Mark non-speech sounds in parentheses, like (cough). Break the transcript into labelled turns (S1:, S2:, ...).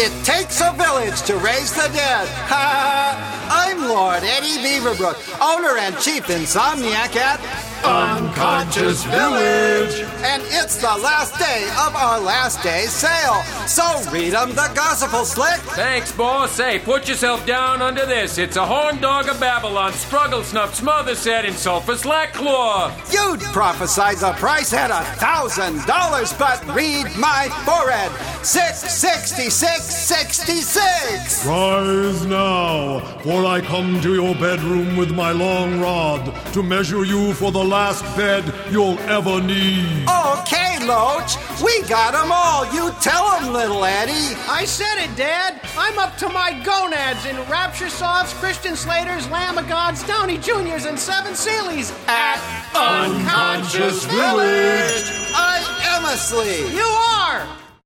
S1: It takes a village to raise the dead. (laughs) I'm Lord Eddie Beaverbrook, owner and chief insomniac at
S2: Unconscious Village.
S1: And it's the last day of our last day sale. So read 'em the gospel slick.
S3: Thanks, boss. Hey, put yourself down under this. It's a horn dog of Babylon, struggle snuff, smother set, and sulfur slack claw.
S1: You'd prophesize a price at a thousand dollars, but read my forehead. Six sixty-six sixty-six.
S2: Rise now, for I come to your bedroom with my long rod to measure you for the last bed you'll ever need.
S1: Okay, Loach, we got 'em all. You tell 'em, little Eddie.
S4: I said it, Dad. I'm up to my gonads in Rapture Softs, Christian Slaters, Lamb of Gods, Downey Juniors, and Seven Sealies at
S2: Unconscious Village.
S1: I am asleep.
S4: You are.